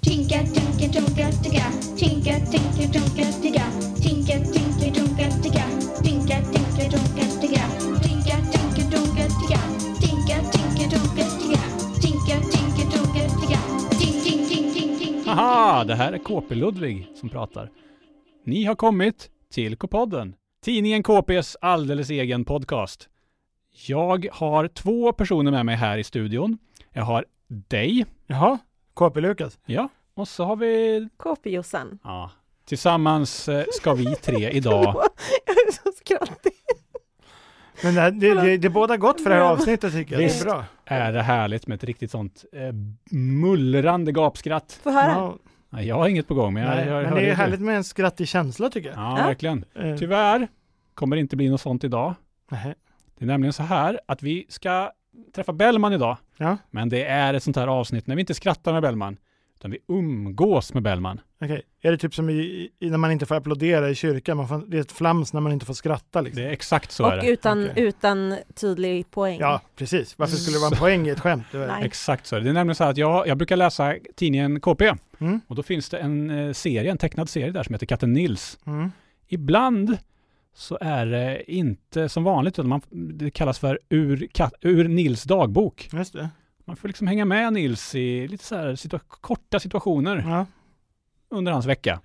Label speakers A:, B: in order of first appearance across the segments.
A: Tinka, tinka, tunka, ticka. Tinka, tinka, tunka, ticka. Tinka, tinka, tunka, ticka. Tinka, tinka, tunka, ticka. Tinka, tinka, tunka, ticka. Tinka, tinka, tunka, ticka. Tinka, tinka, tunka, ticka. Tink, tink, tink, tink, tink.
B: Haha, det här är KP-Ludvig som pratar. Ni har kommit till K-podden. Tidningen KPs alldeles egen podcast. Jag har två personer med mig här i studion. Jag har dig,
C: Jaha, KP-Lukas.
B: ja, och så har vi...
D: KP-Jossan.
B: Ja, tillsammans eh, ska vi tre idag...
D: Jag är så skrattig.
C: Men det, här- det, det, det båda gott för det här
D: Bra.
C: avsnittet tycker jag.
B: Visst.
C: Det är bra.
B: Är det härligt med ett riktigt sånt eh, mullrande gapskratt?
D: Få höra.
C: Ja,
B: Nej, Jag har inget på gång, men jag,
C: nej,
B: jag
C: men
B: hör
C: det
B: ju
C: är
B: du.
C: härligt med en skrattig känsla tycker jag.
B: Ja, typ.
D: Ja.
B: verkligen.
C: Eh,
B: Tyvärr kommer det inte bli något sånt idag.
C: nej.
B: Det är nämligen så här att vi ska träffa Bellman idag.
C: Ja.
B: Men det är ett sånt här avsnitt när vi inte skrattar med Bellman, utan vi umgås med Bellman.
C: Okej, är det typ som i, i, när man inte får applådera i kyrkan? Man får, det är ett flams när man inte får skratta liksom.
B: Det är exakt så är
D: Och
B: det.
D: utan,
C: Okej.
D: utan tydlig poäng.
C: Ja, precis. Varför skulle det vara en poäng i ett skämt? Det var-
D: Nej.
B: Exakt så är det. Det är nämligen så här att jag, jag brukar läsa tidningen KP
C: Mm,
B: och då finns det en eh, serie, en tecknad serie där som heter Katten Nils.
C: mm.
B: Ibland så är det inte som vanligt, utan man, det kallas för ur, kat, ur Nils dagbok.
C: Just det.
B: Man får liksom hänga med Nils i lite så här situa- korta situationer
C: Ja.
B: under hans vecka.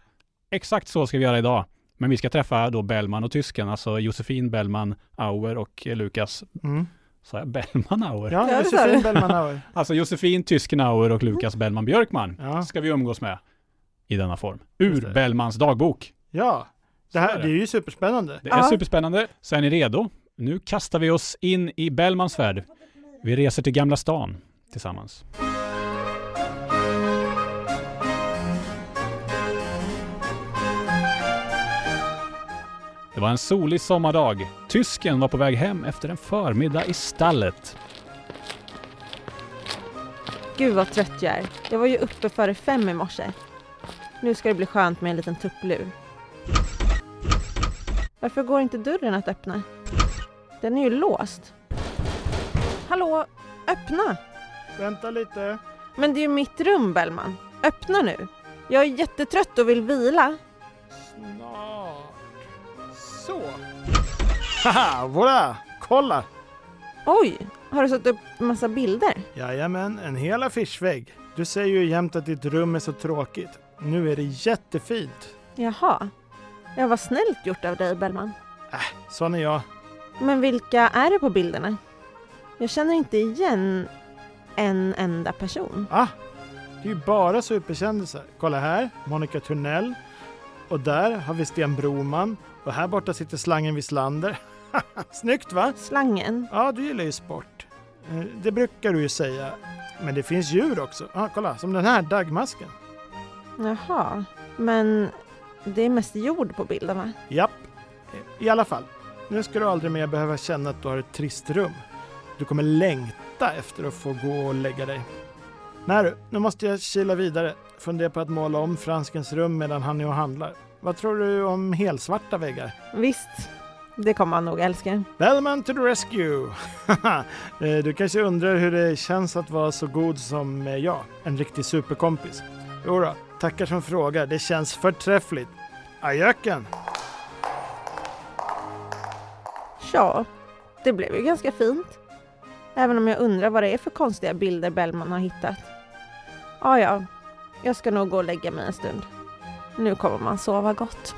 B: Exakt så ska vi göra idag. Men vi ska träffa då Bellman och tysken, alltså Josefin Bellman Auer och eh, Lukas,
C: Mm.
B: sa jag Bellman Auer?
C: Ja, det är
D: det sa
C: Josefin
D: du.
C: Bellman Auer.
B: Alltså Josefin Tysken Auer och Lukas Bellman Björkman
C: Ja.
B: ska vi umgås med i denna form.
C: Just
B: Ur
C: det.
B: Bellmans dagbok.
C: ja, det
B: Så
C: här
B: är
C: det
B: det.
C: är ju superspännande.
B: Det är
D: Ja.
B: superspännande. Så är ni redo? Nu kastar vi oss in i Bellmans värld. Vi reser till Gamla stan tillsammans. Det var en solig sommardag. Tysken var på väg hem efter en förmiddag i stallet.
D: Gud vad trött jag är. Jag var ju uppe före fem i morse. Nu ska det bli skönt med en liten tupplur. Varför går inte dörren att öppna? Den är ju låst. Hallå, öppna!
C: Vänta lite.
D: Men det är ju mitt rum Bellman. Öppna nu. Jag är jättetrött och vill vila.
C: Snart. Så. Haha, voilà! Kolla!
D: Oj, har du satt upp massa bilder?
C: Jajamän, en hel affischvägg. Du säger ju jämt att ditt rum är så tråkigt. Nu är det jättefint.
D: Jaha. Ja, vad snällt gjort av dig Bellman.
C: Sån är jag.
D: Men vilka är det på bilderna? Jag känner inte igen en enda person.
C: Ah, det är ju bara superkändisar. Kolla här, Monica Tunnell. Och där har vi Sten Broman. Och här borta sitter slangen Wislander. Snyggt va?
D: Slangen.
C: Ja, du gillar ju sport. Eh, Det brukar du ju säga. Men det finns djur också. Ah, kolla, som den här dagmasken.
D: Jaha. Men det är mest jord på bilden va?
C: Japp. I alla fall, nu ska du aldrig mer behöva känna att du har ett trist rum. Du kommer längta efter att få gå och lägga dig. Nej du, nu måste jag kila vidare. Fundera på att måla om Franskens rum medan han är och handlar. Vad tror du om helsvarta väggar?
D: Visst, det kommer han nog älska.
C: Bellman to the rescue! Haha, eh, du kanske undrar hur det känns att vara så god som eh, jag, en riktig superkompis. Jodå, tackar som frågar. Det känns förträffligt. Ajöken!
D: Ja, det blev ju ganska fint. Även om jag undrar vad det är för konstiga bilder Bellman har hittat. Ja, ja. Jag ska nog gå och lägga mig en stund. Nu kommer man sova gott.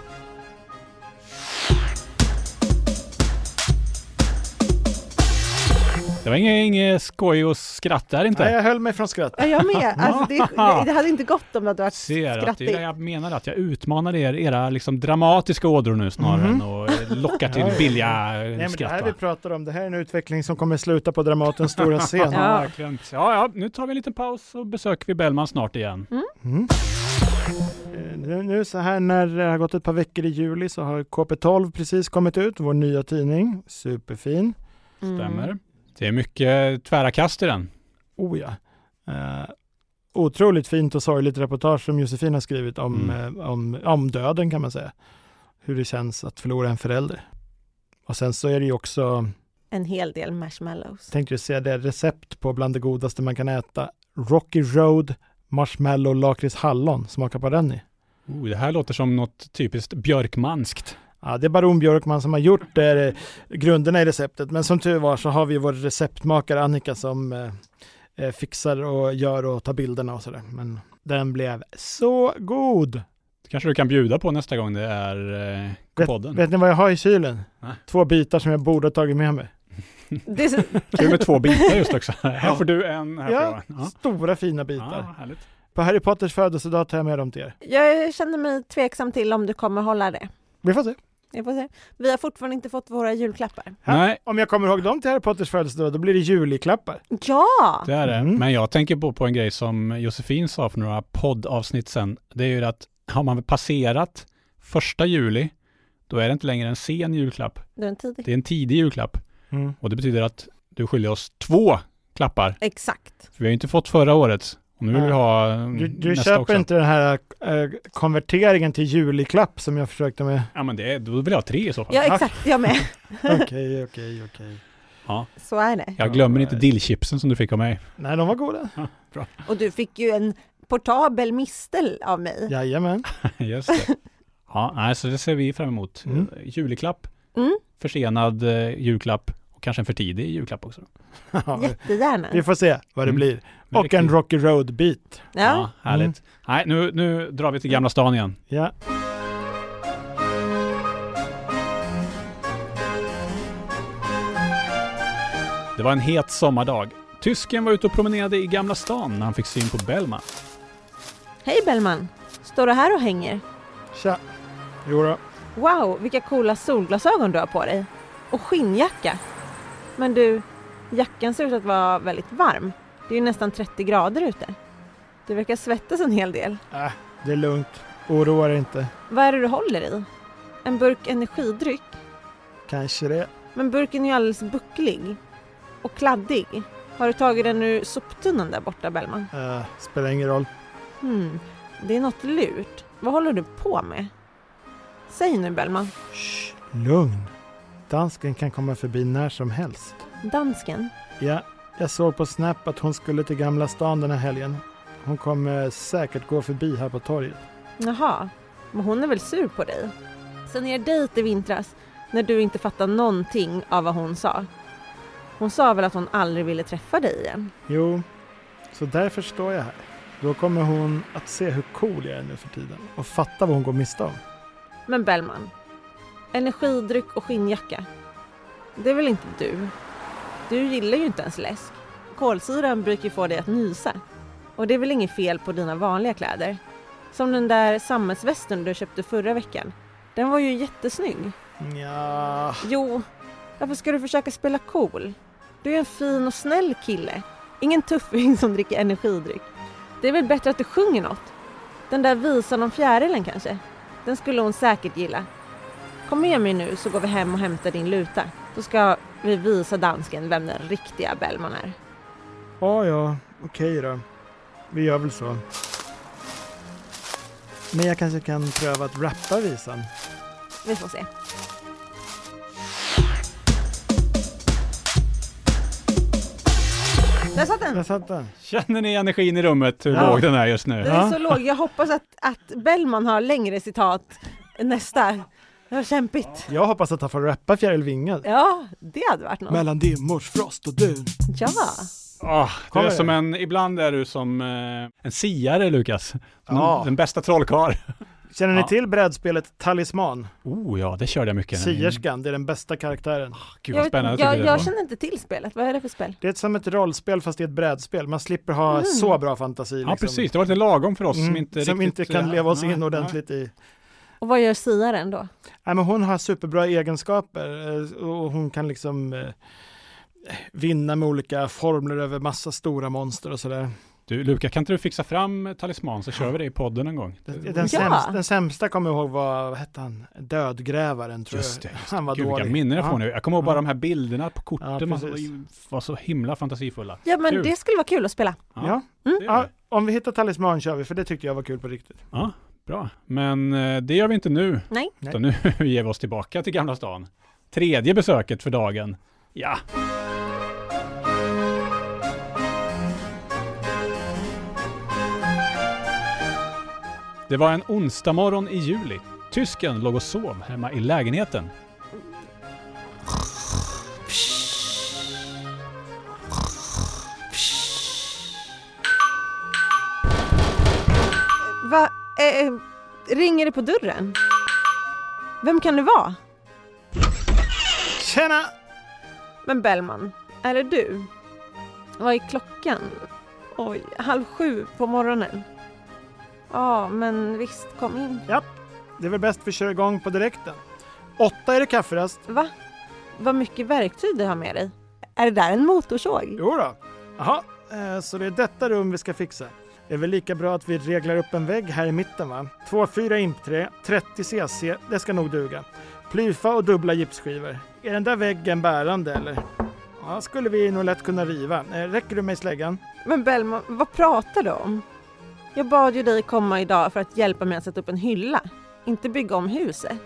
B: Det var inget, inget skoj och skratt där inte.
C: Nej, jag höll mig från skratt.
D: Ja, jag med. Alltså, det, det, det hade inte gått om det hade varit
B: Ser att det,
D: skrattigt.
B: jag menar att jag utmanar er, era liksom dramatiska ådror nu snarare
C: Mhm.
B: än och eh, lockar
C: Ja,
B: till
C: ja, ja.
B: billiga eh,
C: Nej, men det
B: skratt.
C: här
B: va?
C: vi pratar om, det här är en utveckling som kommer sluta på Dramatens stora scen.
D: Ja.
B: verkligen. Ja, ja, nu tar vi en liten paus och besöker vi Bellman snart igen.
C: Mm. Eh, Nu, nu så här när det har gått ett par veckor i juli så har KP12 precis kommit ut, vår nya tidning. Superfin.
D: Mm.
B: Stämmer. Det är mycket tvära kast i den.
C: Oh ja. Eh, otroligt fint och sorgligt reportage som Josefin har skrivit om, eh, om, om döden kan man säga. Hur det känns att förlora en förälder. Och sen så är det ju också
D: en hel del marshmallows.
C: tänkte ju säga det, recept på bland det godaste man kan äta. Rocky Road marshmallow lakrits hallon. Smaka på den ni.
B: Oh, det här låter som något typiskt björkmanskt.
C: Ja, det är baron Björkman som har gjort eh, grunderna i receptet. Men som tur var så har vi vår receptmakare Annika som eh, eh, fixar och gör och tar bilderna och sådär. Men den blev så god!
B: Mm. kanske du kan bjuda på nästa gång det är eh, podden.
C: Vet ni vad jag har i kylen?
B: Nej.
C: Två bitar som jag borde ha tagit med mig.
D: Det,
B: Kul med två bitar just också. Här får du en, här
C: Ja.
B: får jag en.
C: Stora fina bitar.
B: Ja. Ja, härligt.
C: På Harry Potters födelsedag tar jag med dem till er.
D: jag känner mig tveksam till om du kommer hålla det.
C: Vi får se.
D: Jag får se. Vi har fortfarande inte fått våra julklappar.
C: Ja.
B: Nej,
C: Om jag kommer ihåg dem till Harry Potters födelsedag, då blir det julklappar.
D: Ja!
B: det är det.
C: Mm.
B: Men jag tänker på, på en grej som Josefin sa för några poddavsnitt sen. Det är ju det att har man passerat första juli, då är det inte längre en sen julklapp.
D: Du är en tidig.
B: Det är en tidig julklapp.
C: Mm.
B: Och det betyder att du skiljer oss två klappar.
D: Exakt.
B: För vi har ju inte fått förra årets. Och nu vill vi
C: Nej.
B: ha mm,
C: Du, du
B: nästa
C: köper
B: också.
C: inte den här eh, konverteringen till julklapp som jag försökte med.
B: Ja men det, är- då vill jag ha tre i så fall.
D: Ja, exakt. Jag med.
C: Okej, okej, okej.
D: Så är det.
B: Jag glömmer inte dillchipsen som du fick av mig.
C: Nej, de var goda.
D: Och du fick ju en portabel mistel av mig.
C: Jajamän.
B: Just det. Ja, nej, så det ser vi fram emot.
C: Mm.
B: Eh, Julklapp,
D: Mm.
B: försenad eh, julklapp och kanske en för tidig julklapp också.
D: Jättegärna.
C: Vi får se vad det
B: Mm.
C: blir.
B: Men
C: Och en
B: riktigt-
C: Rocky Road-bit.
D: Ja.
B: Ja,
C: Mm.
B: härligt. Nej, nu, nu drar vi till Gamla stan igen.
C: Ja.
B: Det var en het sommardag. Tysken var ute och promenerade i Gamla stan när han fick syn på Bellman.
D: Hej Bellman! Står du här och hänger?
C: Tja. Jo då.
D: Wow, vilka coola solglasögon du har på dig! Och skinnjacka! Men du, jackan ser ut att vara väldigt varm. Det är ju nästan 30 grader ute. Du verkar svettas en hel del.
C: Äh, det är lugnt. Oroa dig inte.
D: Vad är det du håller i? En burk energidryck?
C: Kanske det.
D: Men burken är ju alldeles bucklig. Och kladdig. Har du tagit den ur soptunnan där borta, Bellman?
C: Äh, spelar ingen roll.
D: Hmm, det är något lurt. Vad håller du på med? Säg nu, Bellman.
C: Shh, lugn. Dansken kan komma förbi när som helst.
D: Dansken?
C: Ja, jag såg på Snap att hon skulle till Gamla stan den här helgen. Hon kommer säkert gå förbi här på torget.
D: Jaha, men hon är väl sur på dig? Sen er dejt i vintras, när du inte fattade någonting av vad hon sa. Hon sa väl att hon aldrig ville träffa dig igen?
C: Jo, så därför står jag här. Då kommer hon att se hur cool jag är nu för tiden och fatta vad hon går miste om.
D: Men Bellman, energidryck och skinnjacka. Det är väl inte du? Du gillar ju inte ens läsk. Kolsyran brukar ju få dig att nysa. Och det är väl inget fel på dina vanliga kläder? Som den där sammetsvästen du köpte förra veckan. Den var ju jättesnygg.
C: Ja,
D: Jo, varför ska du försöka spela cool? Du är en fin och snäll kille. Ingen tuffing som dricker energidryck. Det är väl bättre att du sjunger något? Den där visan om fjärilen kanske? Den skulle hon säkert gilla. Kom med mig nu så går vi hem och hämtar din luta. Så ska vi visa dansken vem den riktiga Bellman är.
C: ja, ja, okej då. Vi gör väl så. Men jag kanske kan pröva att rappa visan.
D: Vi får se. Där satt den!
C: Där satt den.
B: Känner ni energin i rummet, hur
C: Ja.
B: låg den är just nu?
D: Den
C: Ja.
D: är så låg. Jag hoppas att, att Bellman har längre citat nästa. Det var kämpigt.
C: Jag hoppas att han får rappa Fjärilvingen.
D: Ja, det hade varit något.
C: Mellan dimmors frost och dun.
D: Ja,
B: Åh, du
C: Kommer
B: Ah, är
C: det?
B: som en, ibland är du som eh, en siare Lukas. Som
C: Ja.
B: Den bästa trollkarl.
C: Känner ni
B: Ja.
C: till brädspelet Talisman?
B: Oh ja, det körde jag mycket. Mm.
C: Sierskan, det är den bästa karaktären.
B: Gud vad
D: jag,
B: spännande
D: jag,
B: tyckte det
D: jag
B: var.
D: känner inte till spelet. Vad är det för spel?
C: Det är som ett rollspel fast det är ett brädspel. Man slipper ha så bra fantasi.
B: Ja,
C: liksom.
B: precis. Det var lite lagom för oss
C: Mm,
B: som inte
C: som
B: riktigt...
C: inte kan
B: eh,
C: leva oss
B: nej,
C: in
B: nej.
C: ordentligt i.
D: Och vad gör siaren då?
C: Nej, men hon har superbra egenskaper eh, och hon kan liksom eh, vinna med olika formler över massa stora monster och sådär.
B: Du, Luka, kan inte du fixa fram eh, talisman så kör vi det i podden en gång?
C: Den, den,
D: Ja.
C: sämsta, den sämsta kommer jag ihåg var, vad hette han, Dödgrävaren tror
B: Just det,
C: jag.
B: just
C: Han var
B: Gud, vilka
C: dålig.
B: minnen jag
C: Ja.
B: får nu. Jag kommer ihåg bara
C: Ja.
B: de här bilderna på
C: Ja,
B: korten. Man var,
C: precis.
B: ju- var så himla fantasifulla.
D: Ja, men
B: Kul.
D: det skulle vara kul att spela.
C: Ja.
B: det gör
C: Ja,
B: vi.
C: om vi hittar talisman kör vi, för det tyckte jag var kul på riktigt.
B: ja, bra. Men eh, det gör vi inte nu.
D: Nej.
B: Utan nu ger vi oss tillbaka till Gamla stan. Tredje besöket för dagen. Ja, Det var en onsdag morgon i juli. Tysken låg och sov hemma i lägenheten.
D: Va? Eh, ringer det på dörren? Vem kan det vara?
C: Tjena!
D: Men Bellman, är det du? Vad är klockan? Oj, halv sju på morgonen. Ja, men visst, kom in.
C: Det är väl bäst vi kör igång på direkten. Åtta är det kafferast.
D: Va? Vad mycket verktyg du har med dig. Är det där en motorsåg?
C: Jo då. Jaha, eh, så det är detta rum vi ska fixa. Det är väl lika bra att vi reglar upp en vägg här i mitten va? 2,4 impträ, 30 cc, det ska nog duga. Plyfa och dubbla gipsskivor. Är den där väggen bärande eller? Ja, skulle vi nog lätt kunna riva. Eh, Räcker du mig släggan?
D: Men Bellman, vad pratar du om? Jag bad ju dig komma idag för att hjälpa mig att sätta upp en hylla, inte bygga om huset.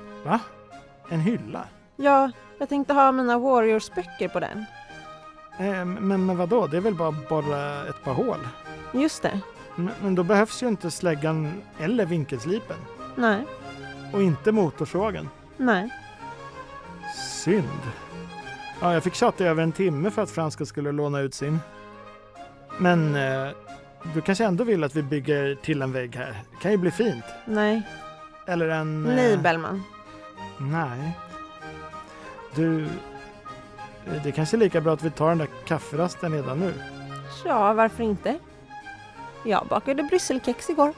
C: En hylla?
D: Ja, jag tänkte ha mina Warriors-böcker på den.
C: Eh, Men, men vadå, det är väl bara borra ett par hål?
D: Just det.
C: Men, men då behövs ju inte släggan eller vinkelslipen.
D: Nej,
C: Och inte motorsågen.
D: nej.
C: Synd. Ja, jag fick tjata i över en timme för att Franska skulle låna ut sin. Men eh, du kanske ändå vill att vi bygger till en vägg här? Det kan ju bli fint.
D: Nej,
C: Eller en... eh,
D: nej Bellman.
C: Nej. Du... eh, Det kanske är lika bra att vi tar den där kafferasten redan nu.
D: Ja, varför inte? Jag bakade brysselkex igår.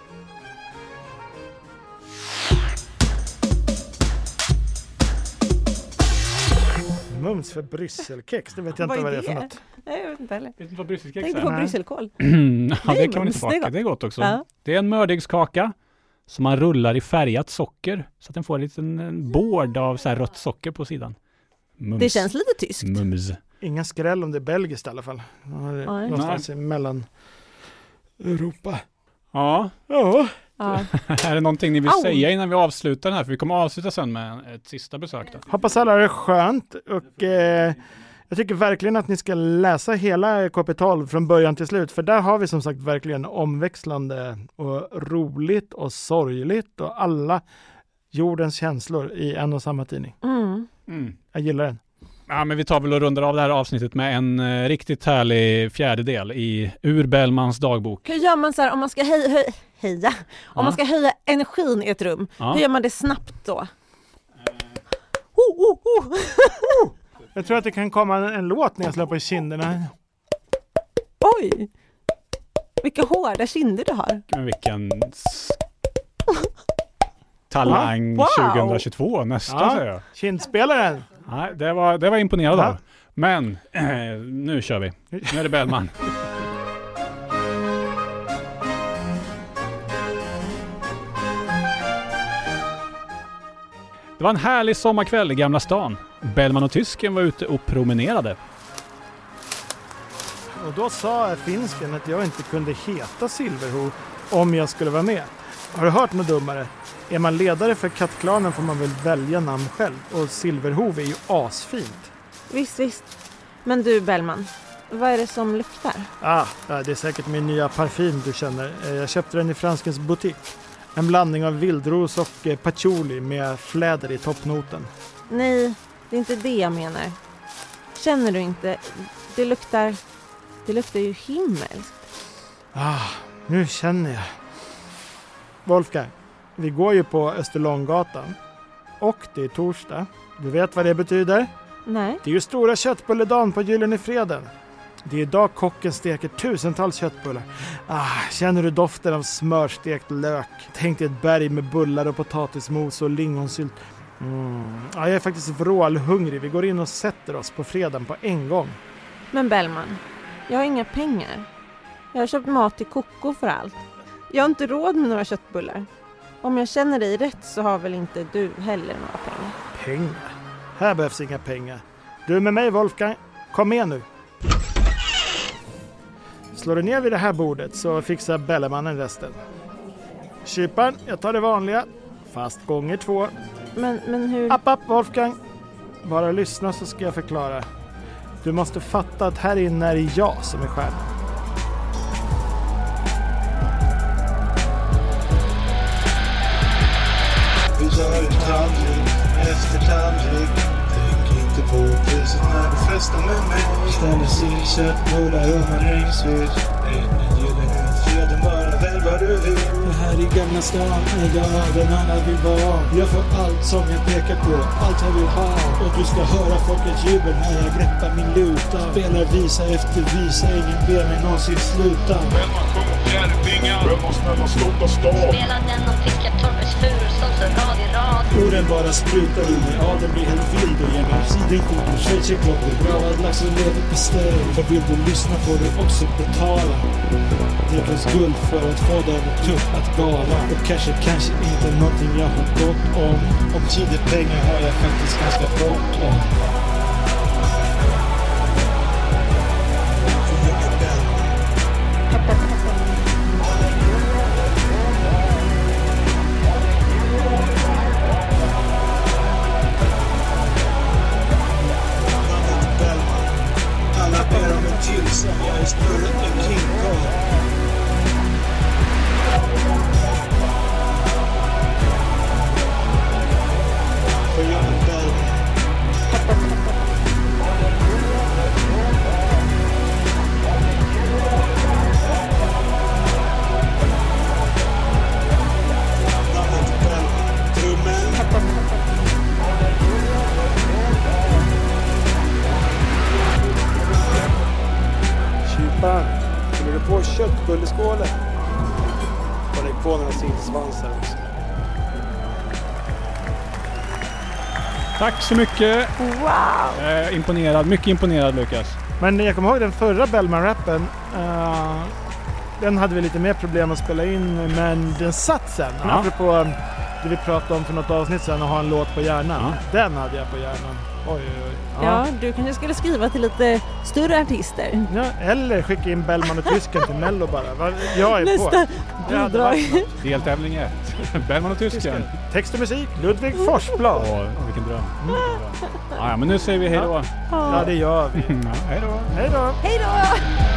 C: Mums för brysselkex, det vet jag
D: Vad
C: inte vad
D: är
C: det är för
D: det?
C: något.
D: Nej, jag vet inte heller.
B: Vet du vad brysselkex
D: Tänkte
B: är?
D: på
C: Nej.
D: brysselkål.
B: ja, det kan man
D: mums,
B: inte
D: det
B: baka.
D: är gott.
B: Det är gott också.
D: Ja.
B: Det är en mördegskaka som man rullar i färgat socker så att den får en liten en bård av så här rött socker på sidan. Mums.
D: Det känns lite tyskt.
B: Mums.
C: Inga skräll om det är belgiskt i alla fall. Ja, det är
D: Nej.
C: Någonstans i mellan Europa.
B: Ja,
C: Ja.
D: Ja.
B: är det någonting ni vill
D: Au.
B: säga innan vi avslutar den här? För vi kommer avsluta sen med ett sista besök då.
C: Hoppas alla har det skönt och eh, jag tycker verkligen att ni ska läsa hela KP12 från början till slut, för där har vi som sagt verkligen omväxlande och roligt och sorgligt och alla jordens känslor i en och samma tidning.
D: Mm.
B: Mm.
C: Jag gillar den.
B: Ja, men vi tar väl och rundar av det här avsnittet med en eh, riktigt härlig fjärdedel i Ur Bellmans dagbok.
D: Hur gör man så här om man ska höj, höj, heja? Om
B: Ja.
D: man ska höja energin i ett rum,
B: Ja. Eh.
D: hur gör man det snabbt då? Oh, oh, oh.
C: Jag tror att det kan komma en, en låt när jag slår på kinderna.
D: Oj! Vilka hårda kinder du har.
B: Men vilken s- talang
D: Wow.
B: 2022 nästan
C: Ja.
B: säger jag.
C: Kindspelaren!
B: Nej, det var, det var imponerad
C: Ja.
B: av. Men eh, nu kör vi. Nu är det Bellman. Det var en härlig sommarkväll i Gamla stan. Bellman och tysken var ute och promenerade.
C: Och då sa finsken att jag inte kunde heta Silverho om jag skulle vara med. Har du hört något dummare? Är man ledare för kattklanen får man väl välja namn själv och Silverhov är ju asfint.
D: Visst, visst. Men du Bellman, vad är det som luktar?
C: Ah, det är säkert min nya parfym du känner. Eh, Jag köpte den i Franskens butik. En blandning av vildros och eh, patchouli med fläder i toppnoten.
D: Nej, det är inte det jag menar. Känner du inte? Det luktar... Det luktar ju himmelskt.
C: Ah, nu känner jag. Wolfgang, vi går ju på Österlånggatan och det är torsdag. Du vet vad det betyder?
D: Nej.
C: Det är ju stora köttbulledagen på Gyllene Freden. Det är idag kocken steker tusentals köttbullar. Ah, känner du doften av smörstekt lök? Tänk dig ett berg med bullar och potatismos och lingonsylt. Mm. Ah, jag är faktiskt vrålhungrig. Vi går in och sätter oss på fredagen på en gång.
D: Men Bellman, jag har inga pengar. Jag har köpt mat till Koko för allt. Jag har inte råd med några köttbullar. Om jag känner dig rätt så har väl inte du heller några pengar.
C: Pengar? Här behövs inga pengar. Du är med mig Wolfgang. Kom med nu. Slår du ner vid det här bordet så fixar Bellemannen resten. Kyparen, jag tar det vanliga. Fast gånger två.
D: Men, men hur...
C: App, app, Wolfgang. Bara lyssna så ska jag förklara. Du måste fatta att här inne är det jag som är stjärnan.
E: Amsterdam gick Tänk inte på priset när du festar med mig Ställer sill, köttbullar och marängsviss En gyllene fjäder, mörda väl vad du vill Det här i Gamla stan är jag den alla vill vara Jag får allt som jag pekar på, allt jag vill ha Och du ska höra folkets jubel när jag greppar min luta Spelar visa efter visa, ingen ber mig någonsin sluta
F: Bellman sjunger fjärilvingar. Bellman snälla sluta stå.
G: Spela den och pricka Torpers fur som så rad i rad.
E: Orden bara sprutar ur mig, adeln blir helt vild och ger mig sidenkort och schweizerklockor. Gravad lax och leverpastej. För vill du lyssna får du också betala. Det krävs guld för att få den tuff att gala. Och kanske, kanske inte någonting jag har gått om. Om tid är pengar har jag faktiskt ganska gott om. Bellman. Alla ber om en till så jag är större än King Kong. För jag är Bellman. Namnet är Bellman. Trummen.
H: Kyparen, fyller du på köttbulleskålen? Och lägg på några sillsvansar också.
B: Tack så mycket!
D: Wow!
B: Eh, imponerad, mycket imponerad Lukas.
C: Men jag kommer ihåg den förra Bellman-rappen. eh, den hade vi lite mer problem att spela in, men den satt sen.
B: Ja.
C: Apropå eh, det vi pratade om för något avsnitt sen, att ha en låt på hjärnan. Den hade jag på hjärnan. Oj, oj, oj.
D: Ja, du kanske skulle skriva till lite större artister.
C: Ja, eller skicka in Bellman och tysken till Mello bara. Va- Jag är
D: Nästa
C: på. Det hade
D: bidrag.
C: varit något.
B: Deltävling 1. Bellman och tysken.
C: Text och musik, Ludvig Forsblad.
B: Åh, vilken dröm. Ja, ja, men nu säger vi hej då.
C: Ja, det gör vi.
B: Ja, hej då.
C: Hej då!
D: Hej då!